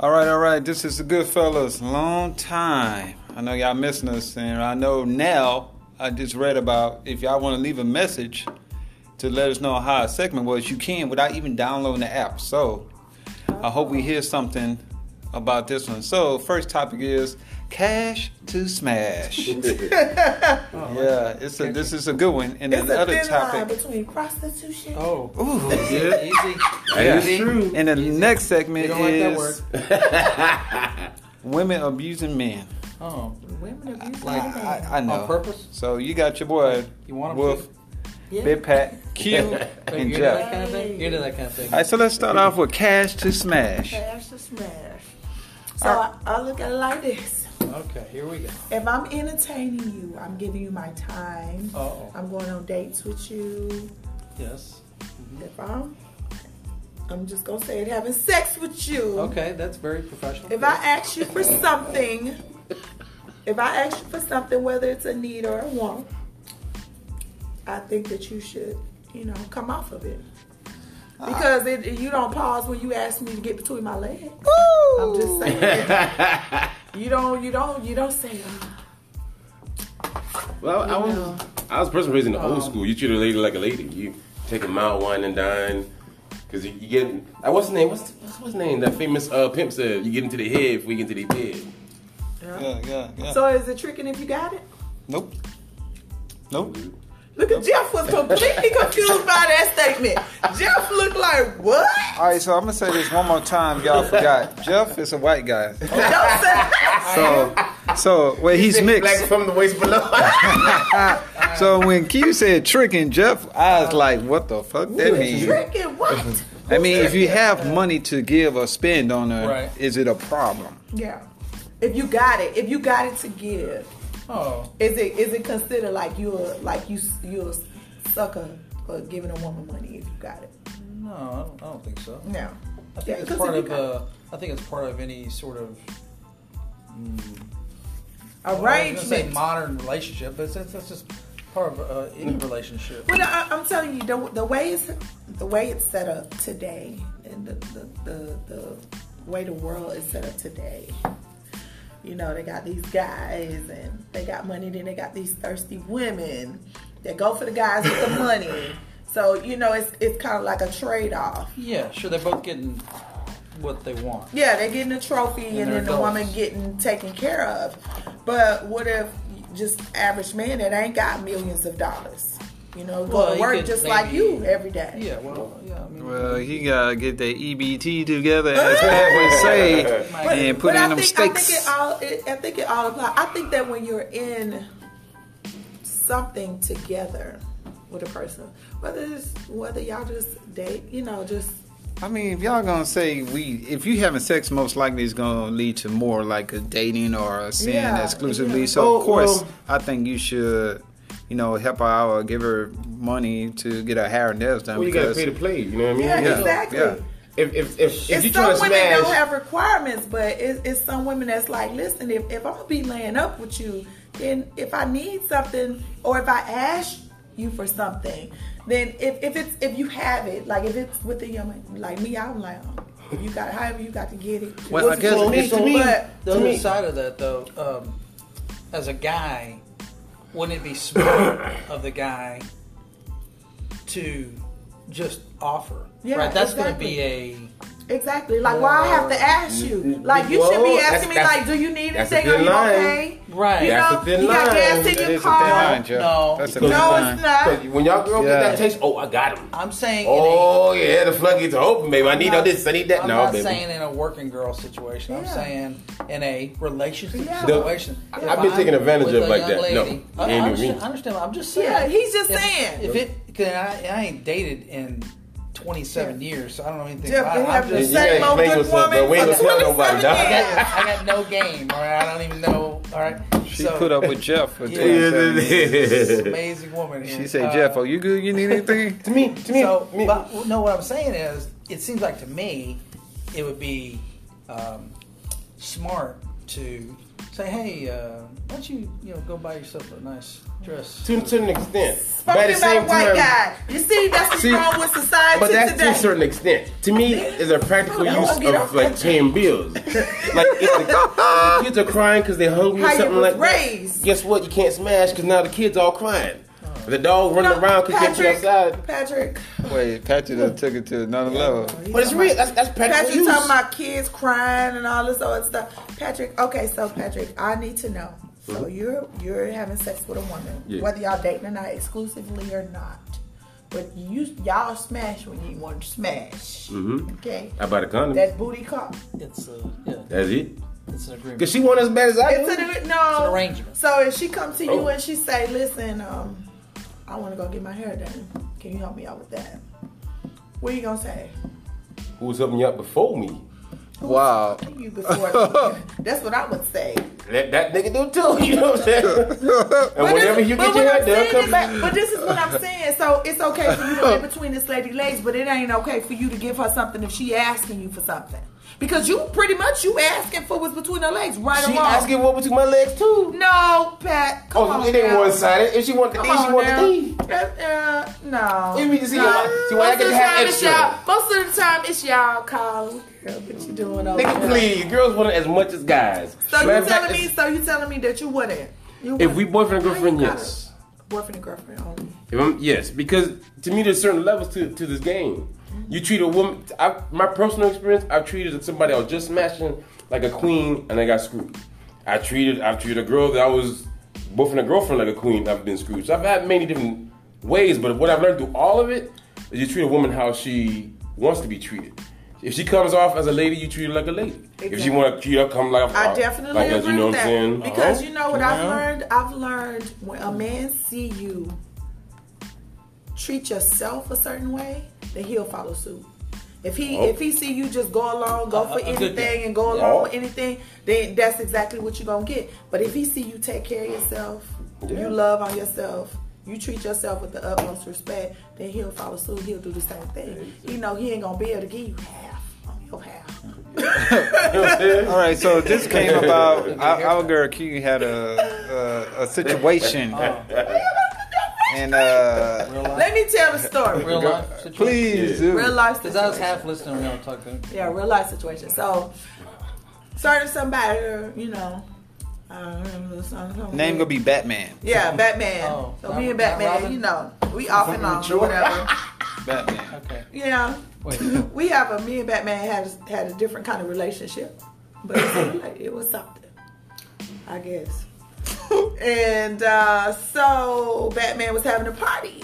All right, all right. This is the Goodfellas. Long time. I know y'all missing us, and I know now. I just read about if y'all want to leave a message to let us know how a segment was, you can without even downloading the app. So I hope we hear something about this one. So first topic is cash to smash. yeah, it's a this is a good one. And It's a another thin line topic. between prostitution. Oh, Ooh. yeah, easy. That Easy. is And the Easy. next We segment don't like that is word. women abusing men. Oh, Women abuse I, women. I, I know. on purpose. So you got your boy You want to Wolf, Big Pat, Q, and you're into that Jeff. kind of thing. You're into that kind of thing. All right, so let's start off with cash to smash. Smash to smash. So I, I look at it like this. Okay, here we go. If I'm entertaining you, I'm giving you my time. Oh, I'm going on dates with you. yes. If I'm, I'm just gonna say it, having sex with you. Okay, that's very professional. If I ask you for something, if I ask you for something, whether it's a need or a want, I think that you should, you know, come off of it. Because it, you don't pause when you ask me to get between my legs. I'm just saying. you don't, you don't, you don't say. Well, I was know. I was person raised in the Oh. old school. You treat a lady like a lady. You take them out, wine and dine, because you, you get. Uh, what's the name? What's what's, what's the name? That famous uh, pimp said, "You get into the head if we get into the bed." Yeah. Yeah, yeah, yeah. So is it tricking if you got it? nope. Nope. Look at Jeff was completely confused by that statement. Jeff looked like what? All right, so I'm gonna say this one more time. Y'all forgot. Jeff is a white guy, Don't say so so well he's Black mixed. from the waist below. So when Q said tricking Jeff, I was like, what the fuck that means? tricking what? I mean, if you have money to give or spend on her, Right. is it a problem? Yeah. If you got it, if you got it to give, oh, is it is it considered like you're like you you're a sucker for giving a woman money if you got it? no, I don't, I don't think so. No. I think Yeah, it's 'cause part if of. you got- Uh, I think it's part of any sort of I was gonna say Arrangement. modern relationship, but that's, that's just part of uh, any relationship. Well, I, I'm telling you, the, the way it's the way it's set up today, and the, the the the way the world is set up today. You know, they got these guys, and they got money. Then they got these thirsty women that go for the guys with the money. So you know, it's it's kind of like a trade off. Yeah, sure. They're both getting what they want. Yeah, they're getting a trophy, and, they're then the woman adults. getting taken care of. But what if just average man that ain't got millions of dollars? You know, go Well, to he work could just like maybe- you every day. Yeah. Well. Yeah. I mean, Well, he gotta get that EBT together, as Pat would say, But- and put I in them think, I think stakes. it um, all. It, I think it all applies. I think that when you're in something together with a person, whether it's whether y'all just date, you know, just I mean, if y'all gonna say we, if you having sex, most likely it's gonna lead to more like a dating or a sin Yeah, exclusively. yeah. So Oh, of course, well- I think you should, you know, help her out or give her money to get her hair and nails done well, you gotta because pay to play. You know what I mean? yeah, Yeah, exactly. yeah. If if if, if And you some try to women smash, don't have requirements, but it's, it's some women that's like, listen, if, if I'm gonna be laying up with you, then if I need something or if I ask you for something, then if, if it's if you have it, like if it's with a young like me, I'm like, oh, if you got however you got to get it. Well, I guess so, it's- so but the other side of that, though, um, as a guy, wouldn't it be smart of the guy to just offer? Yeah, right. That's going to be exactly. a. exactly, like why I have to ask you? Like you should Uh, Whoa, be that's- asking me, that's- like, do you need that's a anything? Are thin you line. okay? Right. You That's know, a thin you got line. gas in That your is a thin car. Fine, Jeff. No. that's a No, good No, line. it's not. 'cause when y'all girl Yeah. get that taste, oh, I got him. I'm saying. in a- Oh yeah, the floodgates are open, baby. I need I'm all not- this. I need that. I'm no, not baby. saying in a working girl situation. I'm Yeah. saying in a relationship Yeah. The- situation. I've If been I'm taken advantage with of a like young that. No. lady- I, I Ain't even understand, me. I understand. I'm just saying. Yeah, he's just if, saying. If it, cause I, I ain't dated in 27 years, so I don't know anything Jeff about been it. I'm having the just, you gotta same old explain good yourself, woman though. We ain't for gonna tell nobody, 27 dog. I, years. got, I got no game. All right, I don't even know. All right, She so, put up with Jeff for Yeah. twenty-seven years. this amazing woman. Here. She said, Uh, "Jeff, are you good? You need anything?" to me, to me, So, me- but no, what I'm saying is, it seems like to me, it would be um, smart to say, hey, uh, why don't you, you know, go buy yourself a nice dress? To, to an extent. But Spoken at about the a same white time, guy. You see, that's what's See, wrong with society But that's to a today. certain extent. To me, it's a practical Hold on, use get of off like paying bills. like if the, if the kids are crying because they're hungry How or you something was like raised. that. Guess what? You can't smash because now the kids all crying. The dog running Oh. No, around because they put outside. Patrick, Wait, Patrick done took it to another level. But it's real. That's, that's practical Patrick use. talking about kids crying and all this other stuff. Patrick, okay, so Patrick, I need to know. So you're you're having sex with a woman, Mm-hmm. Yeah. whether y'all dating or not, exclusively or not. But you y'all smash when you want to smash. Mhm. Okay, I bought a condom. that booty call. It's a, yeah, that's it. it's an agreement. Because she want as bad as I do. It's an, It's an no. arrangement. So if she come to you Oh. and she say, "Listen, um, I want to go get my hair done. Can you help me out with that?" What you gonna say? Who was helping you up before me? Wow. You before? That's what I would say. Let that nigga do too. You know what I'm saying? and But this- whenever you but get what your I'm head done, saying come is- back. But this is what I'm saying. So it's okay for you to live between this lady legs, but it ain't okay for you to give her something if she asking you for something. Because you pretty much you asking for what's between her legs, right She or wrong. asking what between my legs too. no, Pat. Come Oh, on, it ain't now. one sided. If she wanted to Come D, she on wanted now. to D. Uh, uh, no. You mean to see No. why- see why I Most get of to the have time it's extra? y'all- Most of the time it's y'all calling. Girl, what you doing over Nigga, there? please. Girls want it as much as guys. So Matter you of fact, telling me? So you telling me that you wouldn't? You If we wouldn't. boyfriend and girlfriend, I ain't got yes. a Boyfriend and girlfriend only. If I'm, yes, because to me, there's certain levels to, to this game. You treat a woman. I, my personal experience, I've treated somebody I was just smashing like a queen, and I got screwed. I treated I've treated a girl that I was boyfriend and girlfriend like a queen. I've been screwed. So I've had many different ways, but what I've learned through all of it is you treat a woman how she wants to be treated. If she comes off as a lady, you treat her like a lady. If she Exactly. want to treat her, come like I definitely like as agree you know with what that I'm saying. because Uh-huh. you know what I've Yeah. learned. I've learned when a man see you treat yourself a certain way, then he'll follow suit. If he Oh. if he see you just go along, go I- I- for I get anything that. and go Yeah. along with anything, then that's exactly what you're gonna get. But if he see you take care of yourself, Yeah. you love on yourself, you treat yourself with the utmost respect, then he'll follow suit. He'll do the same thing. You know he ain't gonna be able to give you half on your half. You know what I'm saying? All right, so this came about. Our, our girl Q had a a, a situation, and uh, Real life, Let me tell the story. real life situation. please do. real life Because I was situation. half listening when y'all were talking. Yeah, real life situation. So, started somebody, you know. uh, something- Name gonna be Batman. Yeah, Batman. Oh, so not- me not and Batman, Robin? you know, we off and on, Sure. whatever. Batman. Okay. You know, Wait. we have a me and Batman had had a different kind of relationship, but it was, like, it was something, I guess. and uh, so Batman was having a party,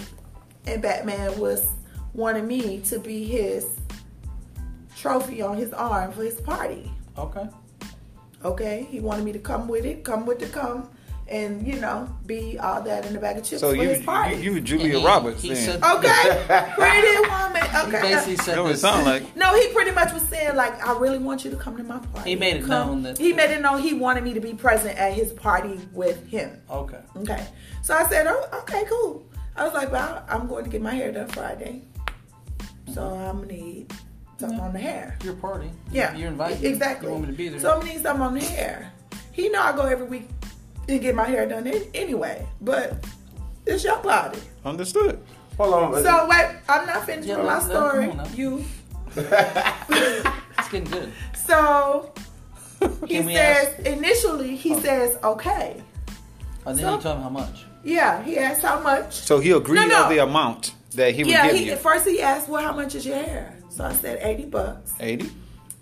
and Batman was wanting me to be his trophy on his arm for his party. Okay. Okay, he wanted me to come with it, come with the come, and you know, be all that in the bag of chips So for you his party. you, you were Julia And he- Roberts he then. said- okay, pretty woman. He Okay, basically said That would this. sound like No, he pretty much was saying like, I really want you to come to my party. He made it Come- known that- he made it known he wanted me to be present at his party with him. Okay. Okay, so I said, oh, okay, cool. I was like, well, I'm going to get my hair done Friday, so I'm gonna need something on the hair. Your party. Yeah, You're invited. Exactly. You want me to be there? So I'm gonna need something on the hair. He know I go every week and get my hair done an- anyway, but it's your party. understood. Hold on. So wait, I'm not finished Yeah, with my no, no, story. come on now. You it's getting good. So he Can we Oh. says initially he says okay. And then So- you tell him how much. Yeah, he asked how much. So he agreed No, no. on the amount that he would Yeah, give he, you. first he asked, "Well, how much is your hair?" So I said, 80 bucks." Eighty.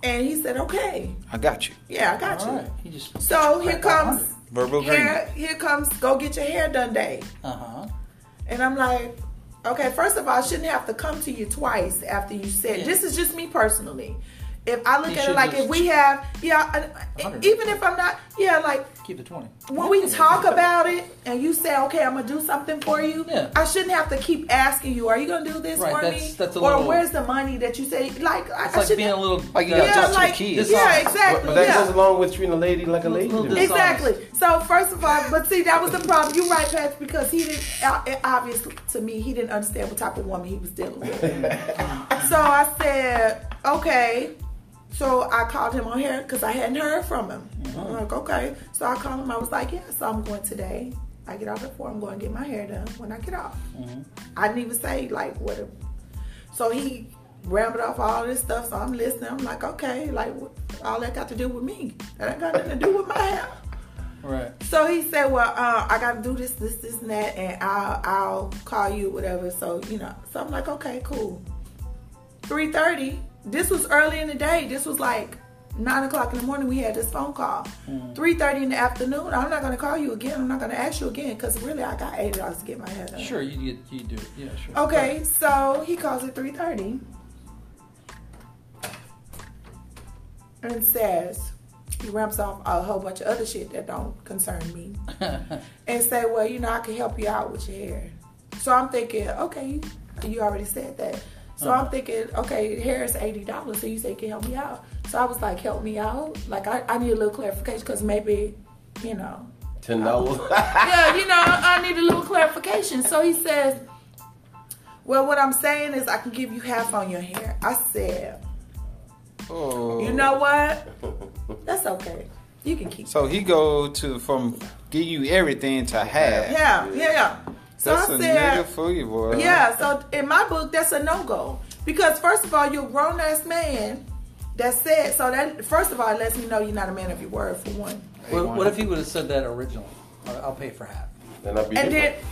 And he said, "Okay. I got you. Yeah, I got All you." right. He just. So here comes Verbal agreement. hair, here comes go get your hair done day. Uh huh. And I'm like, okay, first of all, I shouldn't have to come to you twice after you said. Yeah. This is just me personally. If I look You at it should like if just- we have, yeah, I- I- 100. even if I'm not, yeah, like Keep the twenty. when we talk about it and you say, okay, I'm gonna do something for you, Yeah. I shouldn't have to keep asking you, are you gonna do this Right, for that's- me? that's a or little- where's the money that you say? Like, I, It's I like shouldn't. being a little. uh, Like, you yeah, gotta talk to the like, kids. yeah, Dishonest. But, exactly. but that yeah. goes along with treating a lady like a lady. Little to me. dishonest. Exactly. So first of all, but see that was the problem. You're right, Patrick, because he didn't. uh, It obvious to me, he didn't understand what type of woman he was dealing with. so I said, okay. So I called him on here because I hadn't heard from him. I'm like, okay. So I called him. I was like, yeah, so I'm going today. I get off at four. I'm going to get my hair done when I get off. I didn't even say like what. A, so he rambled off all this stuff. So I'm listening. I'm like, okay, like what, all that got to do with me. That ain't got nothing to do with my hair. Right. So he said, "Well, uh, I got to do this, this, this, and that, and I'll, I'll call you, whatever." So you know, so I'm like, "Okay, cool." Three thirty. This was early in the day. This was like nine o'clock in the morning. We had this phone call. Three thirty in the afternoon. I'm not gonna call you again. I'm not gonna ask you again because really, I got eight dollars to get my hair done. Sure, you get you do it. Yeah, sure. Okay, so he calls at three thirty and says he ramps off a whole bunch of other shit that don't concern me, and say, "Well, you know, I can help you out with your hair." So I'm thinking, okay, you already said that. So Uh-huh. I'm thinking, okay, hair is eighty dollars. So you say you can help me out. So I was like, help me out. Like I, I need a little clarification because maybe, you know, Ten dollars. yeah, you know, I need a little clarification. So he says, Well, what I'm saying is I can give you half on your hair. I said, Oh. You know what? That's okay. You can keep So he go to from give you everything to half. Yeah, yeah, yeah. So That's I a nigga said, for you, boy. Yeah, so in my book, that's a no go. Because first of all, you're a grown ass man that said so that first of all it lets me know you're not a man of your word for one. What, what if he would have said that originally? I'll, I'll pay for half. Then I'll be And then different.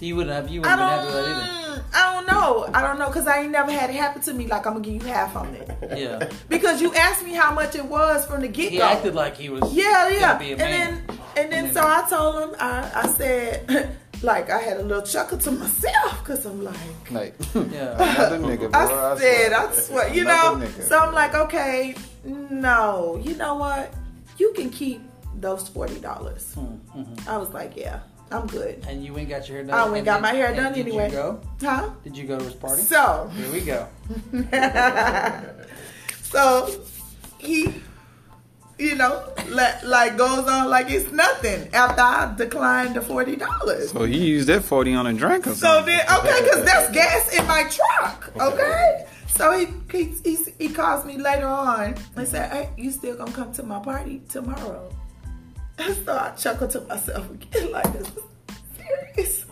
So you wouldn't have you I wouldn't have been happy with don't I don't know. I don't know because I ain't never had it happen to me like I'm gonna give you half on it. that either. Yeah. Because you asked me how much it was from the get He go. acted like he was. yeah, gonna yeah. be a And man. then and then And so then- I told him I, I said like I had a little chuckle to myself because I'm like Like yeah. another nigga, boy. I said I swear you know. Another nigga. So I'm like okay no you know what you can keep those forty dollars. Hmm, I was like yeah I'm good And you went and got your hair done. I went and got did- my hair and done did anyway. Did you go? huh Did you go to his party? so. Here we go. so he, you know, like, like goes on like it's nothing after I declined the forty dollars. So he used that forty on a drink or So something. then, okay, because that's gas in my truck. Okay, so he he he, he calls me later on and said, "Hey, you still gonna come to my party tomorrow?" And so I chuckled to myself again, like this is serious.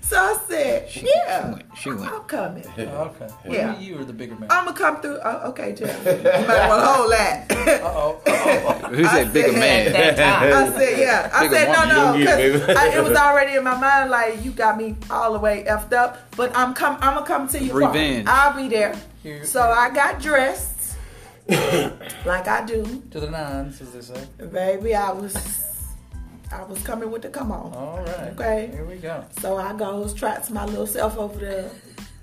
So I said, "Yeah, went- she went. I'm coming." Oh, Okay. Yeah. Well, you, you were the bigger man. I'm gonna come through. Oh, okay, Jeff. You might want to hold that. oh. oh, He said bigger man. I said, yeah. I Bigger said, woman, you no, don't no, get it, baby. because I- it was already in my mind. Like you got me all the way effed up, but I'm come. I'm gonna come to you. Revenge. I'll be there. Here- So I got dressed, like I do, to the nines, as they say. baby. I was, I was coming with the come on. All right. Okay. Here we go. So I goes trots my little self over there,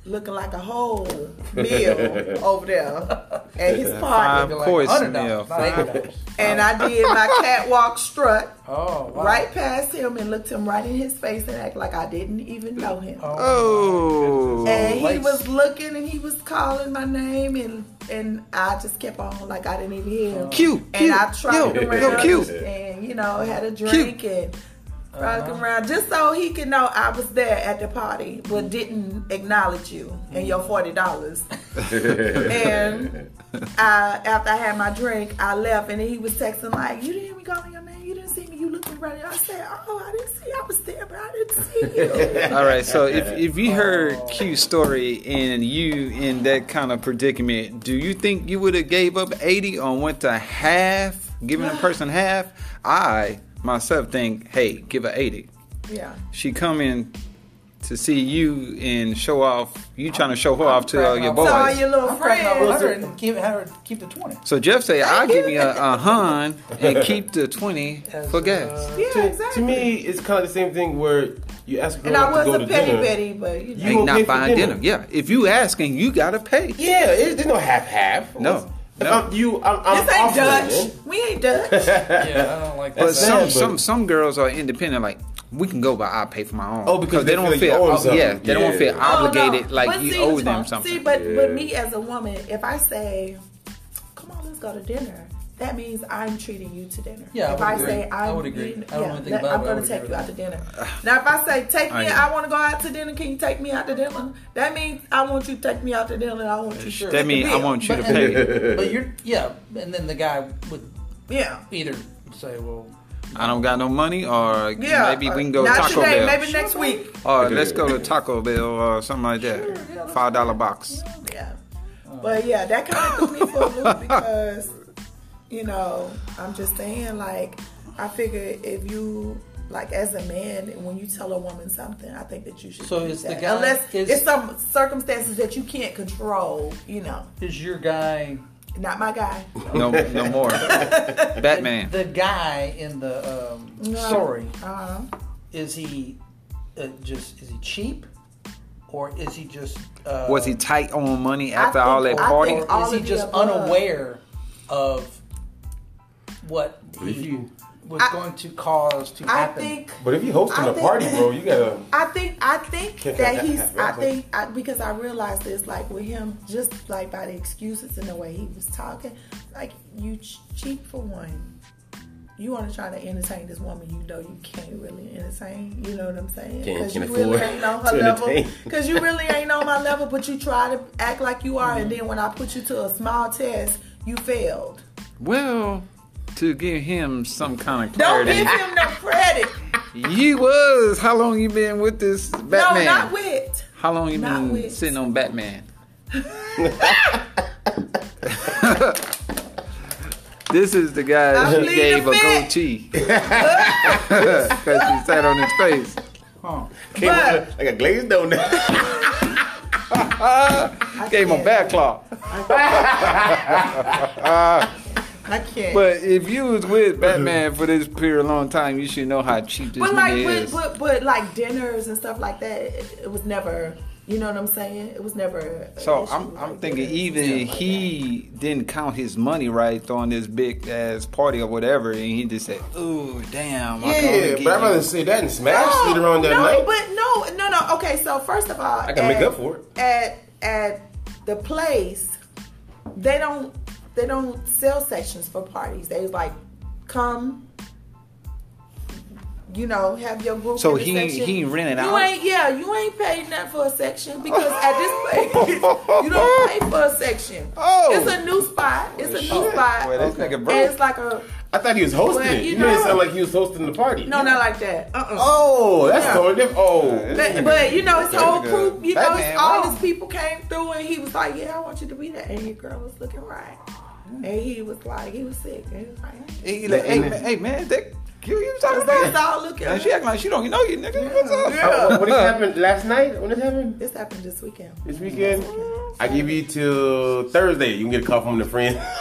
looking like a whole meal over there at his party. Five course $100, meal. not $8. And I did my catwalk strut Oh, wow. right past him and looked him right in his face and act like I didn't even know him. Oh, and he lights. was looking and he was calling my name and and I just kept on like I didn't even hear him. cute, And cute, I yo, trotted around yo, cute. and you know had a drink and frolicked Uh-huh. around just so he could know I was there at the party but didn't acknowledge you and your forty dollars. and I, after I had my drink, I left, and then he was texting like, "You didn't hear me calling your name. You didn't see me. You looked right." I said, "Oh, I didn't see. I was there, but I didn't see you." All right, so if, if you heard Q's story and you in that kind of predicament, do you think you would have gave up 80 or went to half, giving a person half? I myself think, hey, give her 80. yeah. She come in to see you and show off, you trying to show her off to all your So Oh, boys. all your little I'm cracking over friends. 100 and keep, have her keep the 20. So Jeff say, I'll give you a, a hun and keep the 20 As, for uh, gas. Yeah, To, exactly. to me, it's kind of the same thing where you ask a girl and I out to was go a to petty dinner. betty, but you know. You- Ain't gonna pay not for buying dinner. dinner. Yeah, if you asking, you got to pay. Yeah, it, there's no half half. No, If no. I'm, you, I'm, I'm this ain't offering Dutch. it. We ain't Dutch. Yeah, I don't like that. But sad, some, but- some some girls are independent. Like we can go, but I will pay for my own. Oh, because they don't feel like you owe them oh, yeah, something. they don't Yeah. feel obligated. Oh, no. Like But you see, owe them something. See, but Yeah. but me as a woman, if I say, "Come on, let's go to dinner," that means I'm treating you to dinner. Yeah, I if would I agree. say I I'm would agree. eating- I don't really think that- about it, I'm but I going would to take agree you out to with dinner. Now, if I say take I me, agree. I want to go out to dinner. Can you take me out to dinner? That means I want you to take me out to dinner. and I want you. to Sure. That means I want you to But- pay. But you're, yeah, and then the guy would Yeah. either say, well, I don't got no money, or Yeah. maybe uh, we can go not Taco today, Bell. Maybe next week. Or let's go to Taco Bell or something like that. Five dollar box. Yeah. But yeah, that kind of threw me for a loop because, you know, I'm just saying, like, I figure if you, like, as a man, when you tell a woman something, I think that you should. So do is the that. guy- Unless is- it's some circumstances that you can't control, you know. is your guy, Not my guy. No, no more. Batman. the guy in the um, No. story, Uh-huh. is he uh, just, is he cheap? Or is he just, uh, Was he tight on money after think- all that I party? think- or All is he of the just above. unaware of what If he you- was going to cause to I happen? think. But if you hosting I a think- party, bro, you gotta. I think I think that he's I think I, because I realized this like with him just like by the excuses and the way he was talking like you ch- cheap for one you want to try to entertain this woman you know you can't really entertain you know what I'm saying Can't- you can't really afford ain't on to her level entertain. because you really ain't on my level but you try to act like you are Mm-hmm. and then when I put you to a small test you failed Well, to give him some kind of don't clarity, give him no credit you was how long you been with this Batman? no not with how long you not been with- sitting on Batman? this is the guy I'm who leading gave a the fit. goatee because she sat on his face. Huh. but like a glazed donut. Gave him a back claw. I can't But if you was with Batman for this period of long time, you should know how cheap this But nigga like, but, is. but but like dinners and stuff like that, it, it was never. You know what I'm saying? It was never. an So issue I'm like I'm thinking dinners and even stuff like he didn't count his money right on this big ass party or whatever, and he just said, "Ooh, damn!" I can only Yeah, get but I'd rather you." say that and that. smash No, it around that no, night. but no, no, no. Okay, so first of all, I can make up for it. At at the place, they don't they don't sell sections for parties. They like come. You know, have your group. So in the he- section. he rented you out? Ain't, yeah, you ain't paid nothing for a section because at this place you don't pay for a section. Oh. it's a new spot. It's a new spot. Well, this nigga broke. And it's like a I thought he was hosting Well, it. you You made it know- sound like he was hosting the party. no, not like that. Uh-uh. Oh, that's Yeah. totally different. Oh, But, but you know, it's Uh, That whole nigga- crew. You know, Batman, it's all wow. these people came through, and he was like, "Yeah, I want you to be there." And your girl was looking right, Mm. and he was like, he was sick, and he was like, "Hey." He like, hey man, hey man, that you you talking "It's about? all looking." And she acting like she don't know you, nigga. What's up? Oh, what- what this uh, happened last night? When this happened? This happened this weekend. This weekend? I give you till Thursday. You can get a call from the friend.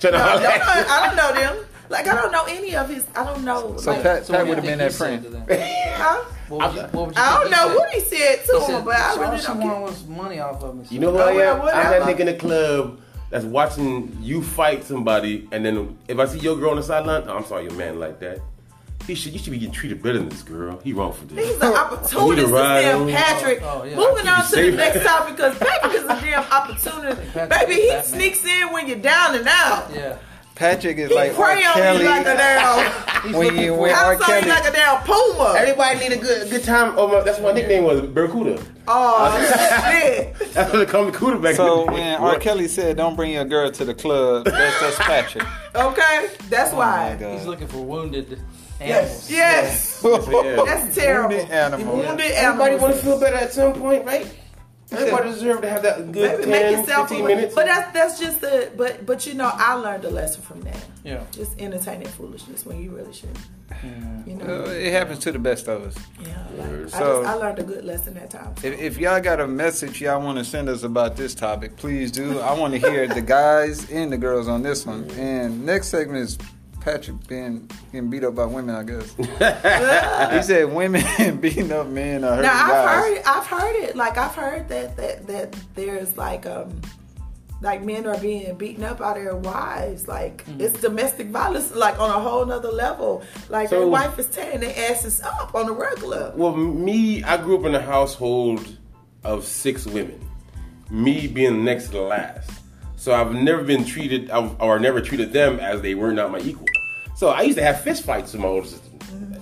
Trying to I holler don't, at know, I don't know them. Like I don't know any of his. I don't know. So like, Pat, So Pat what would have do you been that think he friend. said to them? huh? What would you- what would you I don't think he know said? what he said to He him, said, but I "Sorry, really don't. someone get- wants money off of me. You know who I Oh, yeah, am? what I'm am that I? nigga in the club that's watching you fight somebody, and then if I see your girl on the sideline, oh, I'm sorry, your man like that. He should, you should be getting treated better than this girl. He wrong for He's this. Oh, an opportunist, this ride damn home. Patrick. Oh, oh, yeah. Moving on to the Save- next topic because Patrick is a damn opportunist. Patrick Baby, is he Batman. sneaks in when you're down and out. Yeah. Patrick is He like R. prey on Kelly. you like a damn. when you when R. I'm sorry, Kelly, like a damn puma. Everybody need a good good time. Oh my, that's my nickname was Barracuda. Oh shit! That's what they call me Cuda back so in the day. when R. Kelly said, "Don't bring your girl to the club," that's that's Patrick. Okay, that's Oh, My why. He's God. looking for wounded Yes, animals. yes, that's terrible. Wounded animal. Wounded Everybody animals. want to feel better at some point, right? Everybody deserve to have that good Baby, 10, make yourself. 15 look- minutes. But that's that's just the. But but you know, I learned a lesson from that. Yeah. Just entertaining foolishness when you really shouldn't. You know. Uh, it happens to the best of us. Yeah, like, So- I, just, I learned a good lesson that time. If, if y'all got a message y'all want to send us about this topic, please do. I want to hear the guys and the girls on this one. And next segment is Patrick being getting beat up by women, I guess. he said women beating up men are hurting Now I've guys. heard, I've heard it. Like I've heard that that that there's like um, like men are being beaten up by their wives. Like Mm-hmm. it's domestic violence, like on a whole nother level. Like their So- wife is tearing their asses up on a regular. Well, me, I grew up in a household of six women. Me being next to the last. So I've never been treated, I've- or never treated them as they were not my equal. So I used to have fist fights with my older sister.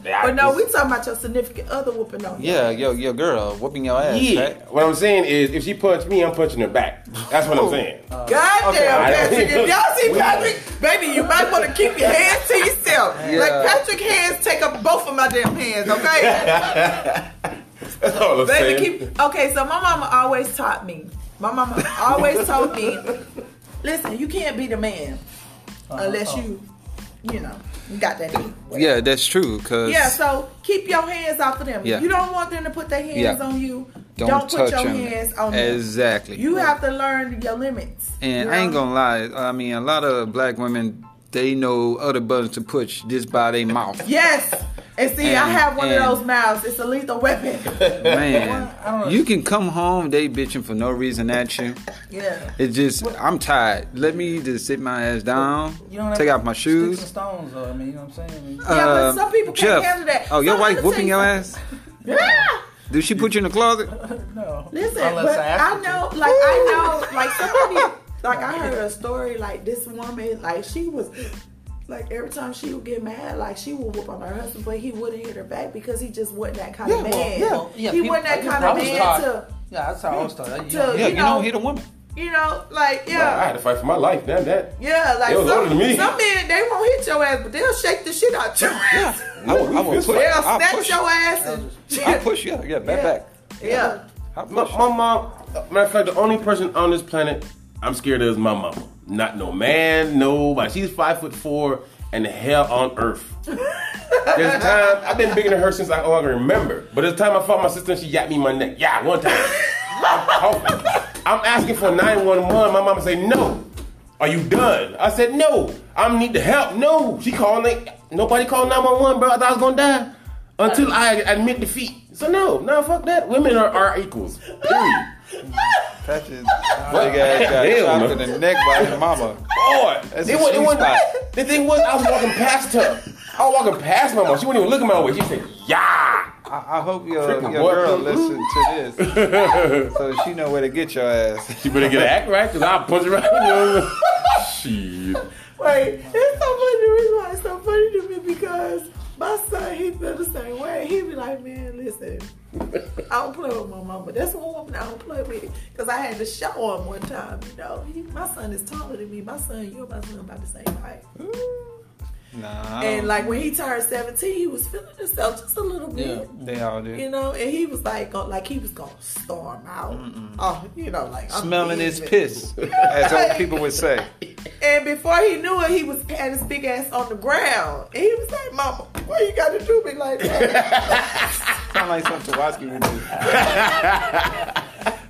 I But no, just- we talking about your significant other whooping on you. Yeah, yo, your girl whooping your ass. Yeah. right? What I'm saying is, if she punched me, I'm punching her back. That's what Oh. I'm saying. Uh. God Okay, damn, I don't- Patrick. If y'all see Patrick, baby, you might want to keep your hands to yourself. Yeah. Like Patrick hands take up both of my damn hands, okay? That's all I'm baby, saying. keep. Okay, so my mama always taught me. My mama always told me, listen, you can't be the man unless you, you know, you got that. meat. Yeah, that's true. Cause Yeah, so keep your hands off of them. Yeah. You don't want them to put their hands Yeah. on you. don't, Don't, touch put your him. hands on them. exactly. You have to learn your limits. And you I ain't know? gonna lie. I mean, a lot of black women they know other buttons to push just by their mouth. Yes. And see, I And- have one and- of those mouths. It's a lethal weapon. I don't Man, know. you can come home they bitching for no reason at you. yeah. It's just I'm tired. Let me just sit my ass down, You don't have take to- off my Sticks and shoes. stones, though. I mean, you know what I'm saying? I mean, Yeah, but Uh, some people Jeff, can't handle that. Oh, your So wife let me whooping your tell you ass? something. Yeah. Did she put you in the closet? no. Listen, Unless but I I, ask you to. know, like I know, like somebody, like I heard a story, like this woman, like she was, like every time she would get mad, like she would whoop on her husband, but he wouldn't hit her back because he just wasn't that kind Yeah, of well, man. yeah. Well, yeah, he people- wasn't that I- kind I of was man taught- to, Yeah, that's how I was taught. You To- know, Yeah, you, You know- don't hit a woman. you know, like I yeah. had to fight for my life. Damn that. Yeah, like They was older some, than me. some men, they won't hit your ass, but they'll shake the shit out your Yeah, ass. I would, I would They'll push. They'll I snatch push. your ass and I push. Yeah, yeah, back Yeah. back. yeah. I My, push. my mom, matter of fact, the only person on this planet I'm scared of is my mama. Not no man, nobody. She's five foot four and hell on earth. There's a time I've been bigger than her since I all I can remember. But there's a time I fought my sister and she yapped me in my neck. Yeah, one time. I'm asking for 911. My mama say no. Are you done? I said no. I need the help. No. She called like nobody called 911, bro. I thought I was gonna die. Until I admit defeat. So no, no, fuck that. Women are our equals. Period. That's just big ass got Hell chopped no. in the neck by his mama. Boy, That's it a wa- it sweet wasn't- spot. the thing was, I was walking past her. I was walking past my mom. She wouldn't even look at my way. She said, "Yeah." I, I hope your, Freaking your what girl the- listen to this, so she know where to get your ass. You better get an act right, cause I'll punch her right. Shit. Like, it's so funny. The reason why it's so funny to me because my son, he feel the same way. He be like, man, listen, I don't play with my mama. That's one woman I don't play with because I had to show him one time, you know. He, my son is taller than me. My son, you and my son about the same height. Mm-hmm. Nah, I And don't- like when he turned 17, he was feeling himself just a little bit. they all do. You know, and he was like, go, like he was gonna storm out. Oh, you know, like I'm Smelling his leaving. piss, as old people would say. And before he knew it, he was patting his big ass on the ground. And he was like, Mama, why you gotta do me like that? Sound like something Tawaski would do.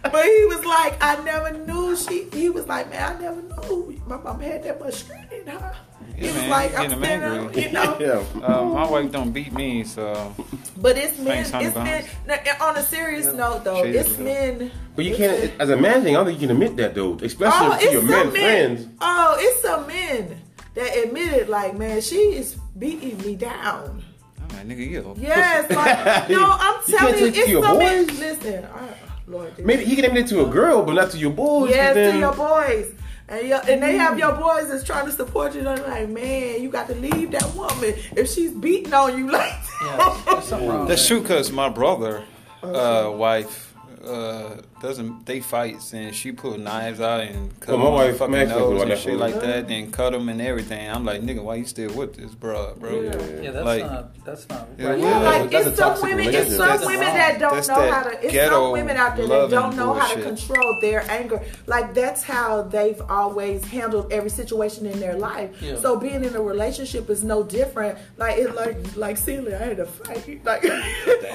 but he was like, I never knew she he was like, Man, I never knew my mom had that much strength in her. He Yeah, was man, like, you I'm getting standing, him out, you know. Yeah. Uh, my wife don't beat me, so But it's men, Thanks, honey, it's men. Now, and on a serious note, though, Shades it's of- men. But you can't, as a man thing, I don't think you can admit that, though. Especially Oh, to it's your some men, men. friends. Oh, it's some men that admitted, like, man, she is beating me down. I'm like, nigga, you. a pussy." Yes, like, no, I'm You can't telling you, take it to your it's some men. boys? Listen, I, Lord, this- Maybe you can admit it to a girl, but not to your boys. yes, then, to your boys. And, your, and they have your boys that's trying to support you. They're like, man, you got to leave that woman if she's beating on you like Yeah, that. there's something wrong. That's true, cause my brother, Uh-huh. uh, wife, uh, doesn't they fights and she pull knives out and cut Well, my my wife fucking Max was nose like and that shit for like me. that, then cut them and everything. I'm like, nigga, why you still with this, bro, bro? Yeah. Yeah, that's Like- not. That's not. Yeah, right. yeah. Yeah, like that's a it's some toxic women, it's relationship. some That's women wrong. that don't That's know that how to. It's ghetto some women out there that loving don't know how to bullshit. control their anger. Like that's how they've always handled every situation in their life. Yeah. So being in a relationship is no different. Like it, like like Celia, I had to fight. Like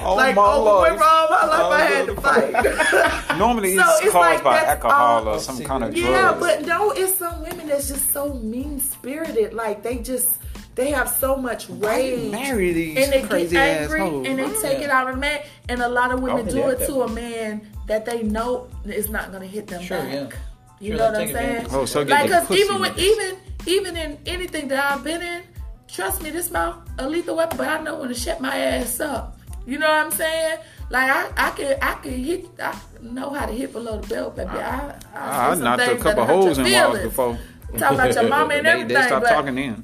All like Oh my Oh over life. with all my life, I had All to fight. Normally, So it's, it's caused like by that's alcohol all- or some kind of drugs. yeah, but no, it's some women that's just so mean spirited. Like they just. They have so much rage, marry these and they crazy get ass angry, hoes? and they take it out on a man. And a lot of women Oh, do yeah, it to that- a man that they know is not going to hit them Sure, back. yeah. You Sure, know what they I'm take saying? advantage. Oh, so get like, the cause pussy even with niggas. even even in anything that I've been in, trust me, this mouth a lethal weapon, but I know when to shut my ass up. You know what I'm saying? Like I, I can, I can hit. I know how to hit below the belt, baby. I, I, I said some knocked a things that couple hurt your holes in walls feelings. before. Talking about your mama and They, everything. they stopped but talking then.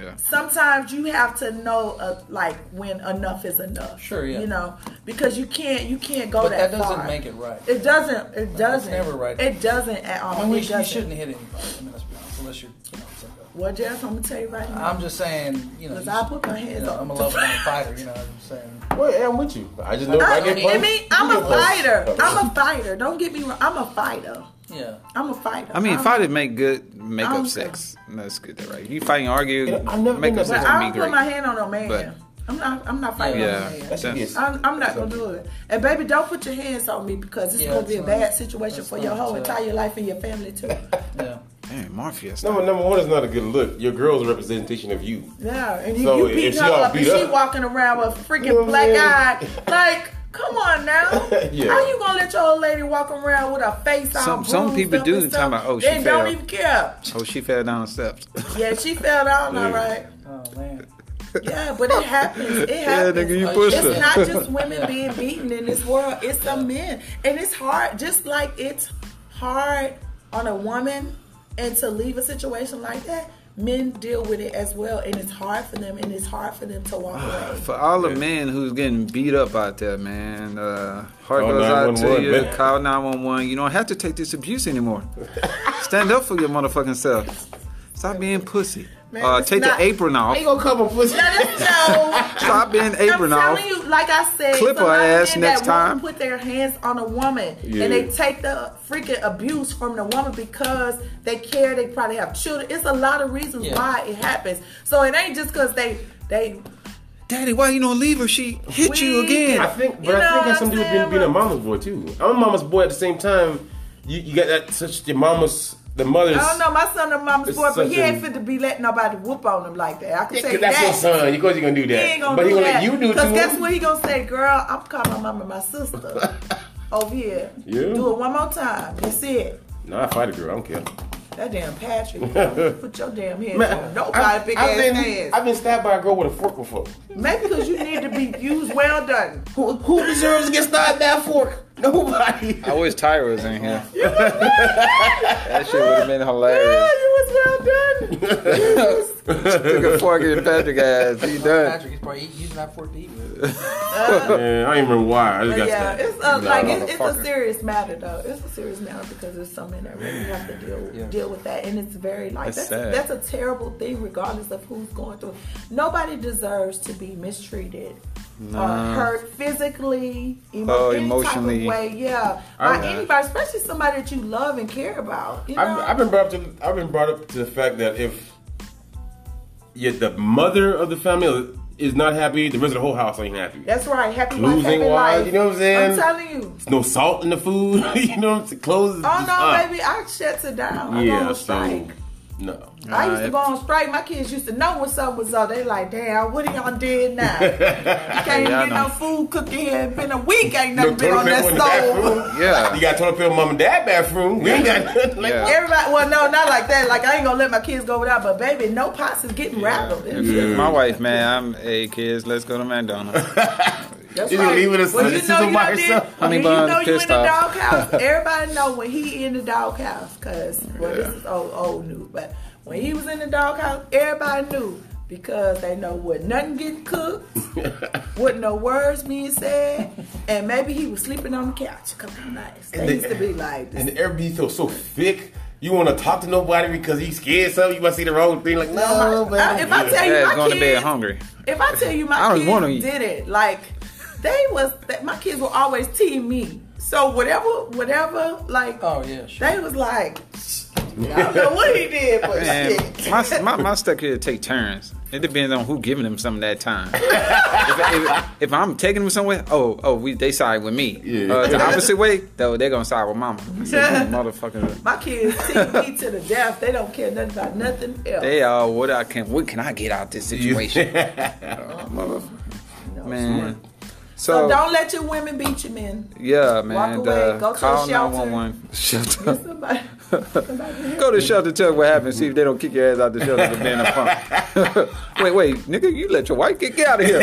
Yeah. sometimes you have to know uh, like when enough is enough. Sure, yeah. You know, because you can't you can't go But oh, that, that doesn't far. make it right. It doesn't. It doesn't. never right. It doesn't at all. I mean, we, It you doesn't. shouldn't hit anybody. I mean, let's be honest, unless you're. You know, it's like a- Well, Jeff, I'm gonna tell you right now. I'm just saying, you know, Cause you I should- put my you hands know, on. I'm a lover, not a fighter. You know what I'm saying? Well, yeah, I'm with you. I just know if I, I get I punched. mean, you I'm get a punched. fighter. I'm a fighter. Don't get me wrong. I'm a fighter. Yeah. I'm a fighter. I mean, I'm, fighters make good make I up don't sex. That's good, that right? You fight and argue, You know, I've never make been up that sex would But I be don't put great. my hand on no man. But- I'm not. I'm not fighting Yeah, on no That man. should be a- that's, I'm, I'm not gonna do it. And baby, don't put your hands on me because it's Yeah, gonna be a that's bad right. situation That's for your right, whole too. entire life and your family too. Yeah. damn Morpheus. Number number one is not a good look. Your girl's a representation of you. Yeah, and you, So you if beating she her all up and beat she up- walking around with a freaking You know what I'm black saying? eye. Like, come on now. Yeah. How you gonna let your old lady walk around with her face all Some- some bruised people up do talking and stuff? about, oh, she They don't fell. even care. Oh, she fell down the steps. Yeah, she fell down all Yeah. right. Oh man. Yeah, but it happens. It Yeah, happens. nigga, you pushed it's her. not just women being beaten in this world. It's the men, and it's hard. Just like it's hard on a woman, and to leave a situation like that, men deal with it as well, and it's hard for them, and it's hard for them to walk away. For all the men who's getting beat up out there, man, uh, heart Call goes out to 911, you. man. Call 911. You don't have to take this abuse anymore. Stand up for your motherfucking self. Stop being pussy. Man, uh, it's take not- the apron off. Ain't gonna come and pussy. Let us know. Stop being apron I'm off. telling you, like I said, Clip some her of the ass men next that time. Won't put their hands on a woman, Yeah. and they take the freaking abuse from the woman because they care. They probably have children. It's a lot of reasons Yeah. why it happens. So it ain't just because they they Daddy, why you don't leave her? She hit you We- again. I think, but You know I think what that's something I'm with being, saying? being a mama's boy too. I'm a mama's boy at the same time. You, you got that such your mama's the mother's. I don't know. My son and mama's It's boy, but he such ain't an- fit to be letting nobody whoop on him like that. I can Yeah, tell 'cause you that's your that. son. Of course he gonna do he that. ain't gonna but do he gonna that. let you do it Cause to guess him. what he gonna say, girl? I'm calling my mama my sister over here. Yeah. Do it one more time. That's it. Nah, I fight a girl. I don't care. That damn Patrick. Put your damn head on. Nobody big I've ass been, hands. I've been stabbed by a girl with a fork before. Maybe because you need to be used well done. Who, who deserves to get stabbed by a fork? Nobody. I wish Tyra was in here. that shit would have been hilarious. Oh, you was well done. Took a fork in Patrick ass. He done. Patrick, he's probably eat- using that fork to eat with. Man, I don't even remember why. I just But got yeah, stabbed. it's uh, No, like no, it's, it's a motherfucker. serious matter though. It's a serious matter because there's some men that really have to deal Yeah. deal with that, and it's very like That's that's that's, sad. a terrible thing, regardless of who's going through. it. Nobody deserves to be mistreated. Or hurt physically, emo- Oh, any emotionally. type of way, yeah. I- By anybody, especially somebody that you love and care about. You know, I've, I've been brought up to I've been brought up to the fact that if yet the mother of the family is not happy, the rest of the whole house ain't happy. that's right. Happy wife, Losing happy wise, life. you know what I'm saying? I'm telling you. no salt in the food. you know what I'm saying? Clothes. is Oh just no, up. baby, I shut it down. I go Yeah, on strike. so no. I used Nah, to it- go on strike. My kids used to know when something was up. They like, damn, what y'all did now? You can't Yeah, I even get no know. food cooked in here. It's been a week. Ain't nothing No been on toilet paper in the that stove. bathroom. Yeah. You got toilet paper in mom and dad bathroom. We ain't got nothing like Yeah. that. Everybody, well, no, not like that. Like I ain't gonna let my kids go without. But baby, no pots is getting rattled. That's Yeah. My wife, man, I'm, hey, kids, let's go to McDonald's. That's You gonna right. leave it as- well, you it's know all you by done did. itself. Well, Honey you bun, know you in pissed the off. doghouse. Everybody know when he in the doghouse, cause well, this is old old new, but when he was in the doghouse, everybody knew because they know what nothing getting cooked, what no words being said, and maybe he was sleeping on the couch. Come on, nice. They And the- used to be like this. And the air beat feels so thick. You want to talk to nobody because you scared something. You want to see the wrong thing. Like no, I- baby. I- if I tell you, Yeah, my going to bed kids- hungry. If I tell you my I don't kids wanna eat. did it, like they was that my kids will always team me. So whatever, whatever, like Oh yeah, sure. they was like, I don't know what he did, but Man, shit. my, my, my stuff here take turns. It depends on who giving them something that time. if, if, if I'm taking them somewhere, oh, oh, we they side with me. Yeah. Uh, the opposite way, though, they're gonna side with mama. I said, Motherfucker, My kids team me to the death. They don't care nothing about nothing else. they are what I can. What can I get out this situation, Motherfucker, No. man? So So, don't let your women beat your men. yeah, man. away, uh, go to a call shelter. nine one one. Shelter. Somebody- Go to shelter, tell what happened, see if they don't kick your ass out the shelter for being a punk. wait, wait, nigga, you let your wife get, get out of here.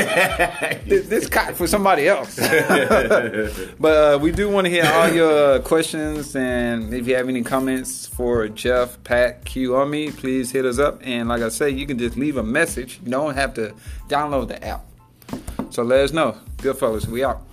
this, this cock for somebody else. but uh, we do want to hear all your uh, questions, and if you have any comments for Jeff, Pat, Q, or me, please hit us up. And like I say, you can just leave a message. You don't have to download the app. So let us know. Good fellas, we out.